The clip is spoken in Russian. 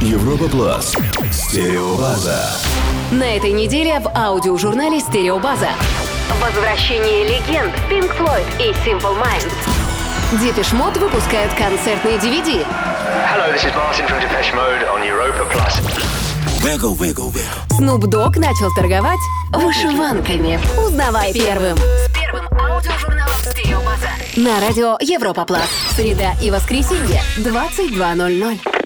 Европа Плас. Стереобаза. На этой неделе в аудиожурнале «Стереобаза». Возвращение легенд Pink Floyd и Simple Minds. Depeche Mode выпускают концертные DVD. Hello, this is Martin from Depeche Mode on Europa Plus. Wiggle, wiggle, wiggle. Snoop Dogg начал торговать вышиванками. Узнавай первым. С первым аудиожурналом «Стереобаза». На радио Европа Плас. Среда и воскресенье 22.00.